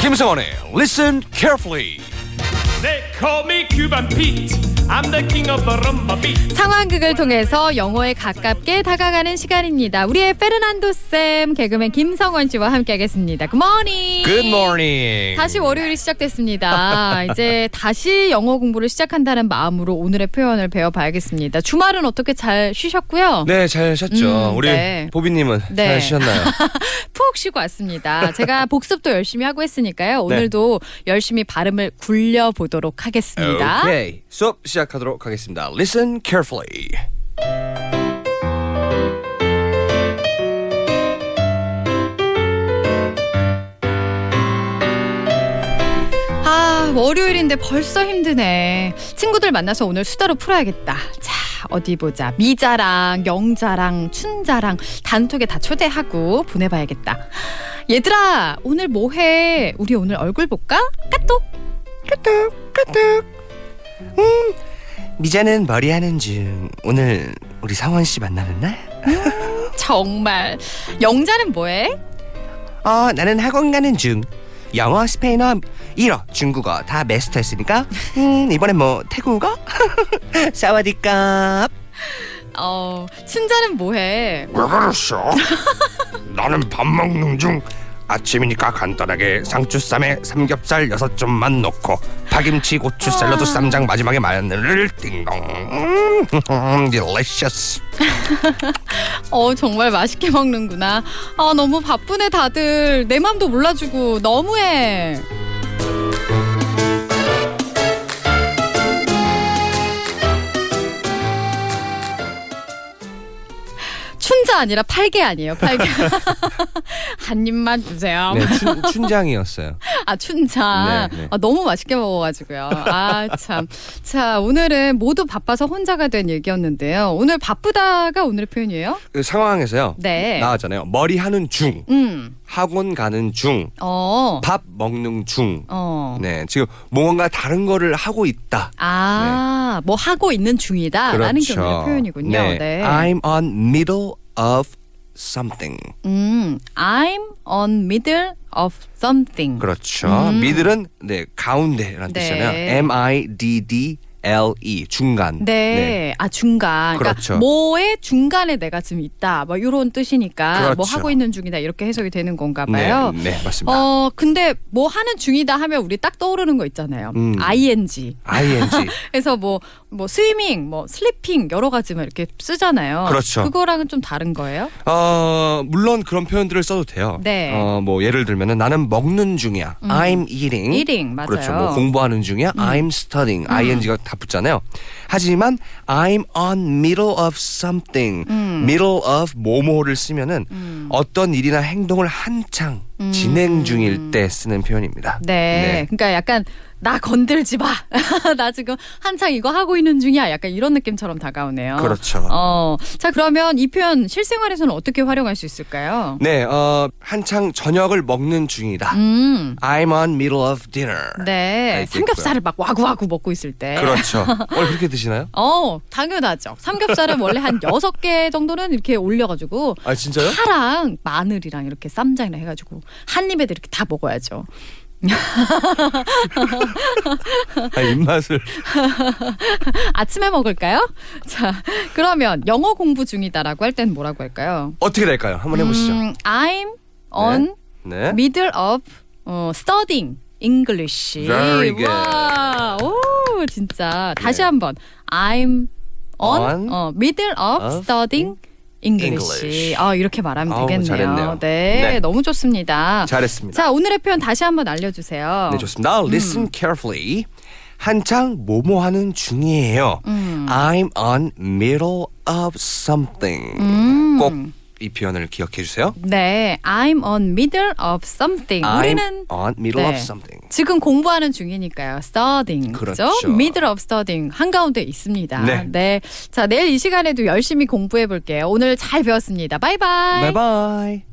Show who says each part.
Speaker 1: 김성원의 Listen Carefully.
Speaker 2: They call me Cuban Pete. I'm the king of the rumba beat.
Speaker 3: 상황극을 통해서 영어에 가깝게 다가가는 시간입니다. 우리의 페르난도 쌤, 개그맨 김성원 씨와 함께하겠습니다. 굿모닝.
Speaker 1: Good morning.
Speaker 3: 다시 월요일이 시작됐습니다. 이제 다시 영어 공부를 시작한다는 마음으로 오늘의 표현을 배워봐야겠습니다. 주말은 어떻게 잘 쉬셨고요?
Speaker 1: 네, 잘 쉬었죠.
Speaker 3: 음,
Speaker 1: 우리
Speaker 3: 네.
Speaker 1: 보비님은
Speaker 3: 네.
Speaker 1: 잘 쉬었나요?
Speaker 3: 푹 쉬고 왔습니다. 제가 복습도 열심히 하고
Speaker 1: 네.
Speaker 3: 했으니까요. 오늘도 열심히 발음을 굴려 보도록 하겠습니다.
Speaker 1: 오케이. 수업 시작하도록 하겠습니다. Listen carefully.
Speaker 3: 아, 월요일인데 벌써 힘드네. 친구들 만나서 오늘 수다로 풀어야겠다. 자, 어디 보자. 미자랑 영자랑 춘자랑 단톡에 다 초대하고 보내봐야겠다. 얘들아, 오늘 뭐 해? 우리 오늘 얼굴 볼까? 까똑.
Speaker 1: 까뚝 까뚝. 음. 미자는 머리 하는 중. 오늘 우리 성원 씨 만나는 날?
Speaker 3: 정말. 영자는 뭐해?
Speaker 1: 어, 나는 학원 가는 중. 영어, 스페인어, 일어, 중국어 다 마스터했으니까. 음, 이번엔 뭐 태국어? 사와디캅.
Speaker 3: 어, 춘자는 뭐해?
Speaker 4: 왜 그랬어? 나는 밥 먹는 중 아침이니까 간단하게 상추쌈에 삼겹살 여섯 점만 넣고 파김치
Speaker 3: 아.
Speaker 4: 고추 샐러드 쌈장 마지막에 마늘을 띵동 음, delicious
Speaker 3: 어, 정말 맛있게 먹는구나. 아, 너무 바쁘네, 다들. 내 맘도 몰라주고 너무해. 춘자 아니라 팔개 아니에요, 팔개. 한 입만 주세요.
Speaker 1: 네, 춘, 춘장이었어요.
Speaker 3: 아 춘자
Speaker 1: 네, 네.
Speaker 3: 아, 너무 맛있게 먹어가지고요 아, 아참자 오늘은 모두 바빠서 혼자가 된 얘기였는데요 오늘 바쁘다가 오늘의 표현이에요
Speaker 1: 그 상황에서요.
Speaker 3: 네.
Speaker 1: 나왔잖아요. 머리 하는 중,
Speaker 3: 네음어어
Speaker 1: 학원 가는 중,
Speaker 3: 어,
Speaker 1: 밥 먹는 중. 네, 지금 뭔가 다른 거를 하고 있다.
Speaker 3: 아, 뭐 하고 있는 중이다. 라는 게 오늘의 아, 표현이군요.
Speaker 1: 네.
Speaker 3: 네.
Speaker 1: I'm on middle of something.
Speaker 3: 음, I'm on middle of something.
Speaker 1: 그렇죠.
Speaker 3: 음.
Speaker 1: middle은 네, 가운데라는
Speaker 3: 네.
Speaker 1: 뜻이잖아요. M I D D L E 중간.
Speaker 3: 네. 아 중간. 그러니까
Speaker 1: 그렇죠.
Speaker 3: 뭐의 중간에 내가 지금 있다. 뭐 이런 뜻이니까 뭐
Speaker 1: 그렇죠.
Speaker 3: 하고 있는 중이다. 이렇게 해석이 되는 건가
Speaker 1: 네,
Speaker 3: 봐요.
Speaker 1: 네, 맞습니다.
Speaker 3: 어, 근데 뭐 하는 중이다 하면 우리 딱 떠오르는 거 있잖아요.
Speaker 1: 음.
Speaker 3: ing.
Speaker 1: ING.
Speaker 3: 그래서 뭐, 뭐, 스위밍, 뭐, 슬리핑, 여러 가지 막 이렇게 쓰잖아요.
Speaker 1: 그렇죠.
Speaker 3: 그거랑은 좀 다른 거예요?
Speaker 1: 어, 물론 그런 표현들을 써도 돼요.
Speaker 3: 네. 음.
Speaker 1: 어, 뭐 예를 들면은 나는 먹는 중이야. I'm eating.
Speaker 3: eating, 맞아요. 음.
Speaker 1: 그렇죠. 뭐 공부하는 중이야. I'm studying. ing가 다 붙잖아요. 하지만 I'm on middle of something.
Speaker 3: 음.
Speaker 1: middle of 뭐뭐를 쓰면은 어떤 일이나 행동을 한창 진행 중일 때 쓰는 표현입니다.
Speaker 3: 음. 네. 그러니까 약간 나 건들지 마. 나 지금 한창 이거 하고 있는 중이야. 약간 이런 느낌처럼 다가오네요.
Speaker 1: 그렇죠.
Speaker 3: 어. 자, 그러면 이 표현 실생활에서는 어떻게 활용할 수 있을까요?
Speaker 1: 네, 어, 한창 저녁을 먹는 중이다.
Speaker 3: 음.
Speaker 1: I'm on middle of dinner.
Speaker 3: 네.
Speaker 1: 알겠고요.
Speaker 3: 삼겹살을 막 와구와구 먹고 있을 때.
Speaker 1: 그렇죠. 오늘 그렇게 드시나요?
Speaker 3: 어, 당연하죠. 삼겹살은 원래 한 여섯 개 정도는 이렇게 올려 가지고
Speaker 1: 아, 진짜요?
Speaker 3: 파랑 마늘이랑 이렇게 쌈장이랑 해 가지고 한 입에 이렇게 다 먹어야죠.
Speaker 1: 아, 입맛을.
Speaker 3: 아침에 먹을까요? 자, 그러면 영어 공부 중이다라고 할 때는 뭐라고 할까요?
Speaker 1: 어떻게 될까요? 한번 해보시죠.
Speaker 3: 음, I'm on
Speaker 1: 네.
Speaker 3: middle of 어, studying English.
Speaker 1: Very good. 네.
Speaker 3: 와, 오, 진짜. 다시 한번. I'm on,
Speaker 1: On
Speaker 3: 어, middle of,
Speaker 1: of
Speaker 3: studying English.
Speaker 1: English.
Speaker 3: 아, 이렇게 말하면
Speaker 1: 아우,
Speaker 3: 되겠네요.
Speaker 1: 잘했네요.
Speaker 3: 네,
Speaker 1: 네.
Speaker 3: 너무 좋습니다.
Speaker 1: 잘했습니다.
Speaker 3: 자, 오늘의 표현 다시 한번 알려주세요.
Speaker 1: 네, 좋습니다.
Speaker 3: 음.
Speaker 1: Listen carefully. 한창 뭐뭐 하는 중이에요.
Speaker 3: 음.
Speaker 1: I'm on middle of something.
Speaker 3: 음.
Speaker 1: 꼭 이 표현을 기억해 주세요.
Speaker 3: 네, I'm on middle of something. 우리는
Speaker 1: I'm on middle
Speaker 3: 네.
Speaker 1: of something.
Speaker 3: 지금 공부하는 중이니까요. studying. 그렇죠.
Speaker 1: 그렇죠.
Speaker 3: middle of studying. 한가운데 있습니다.
Speaker 1: 네.
Speaker 3: 자, 내일 이 시간에도 열심히 공부해 볼게요. 오늘 잘 배웠습니다. 바이바이.
Speaker 1: 바이바이.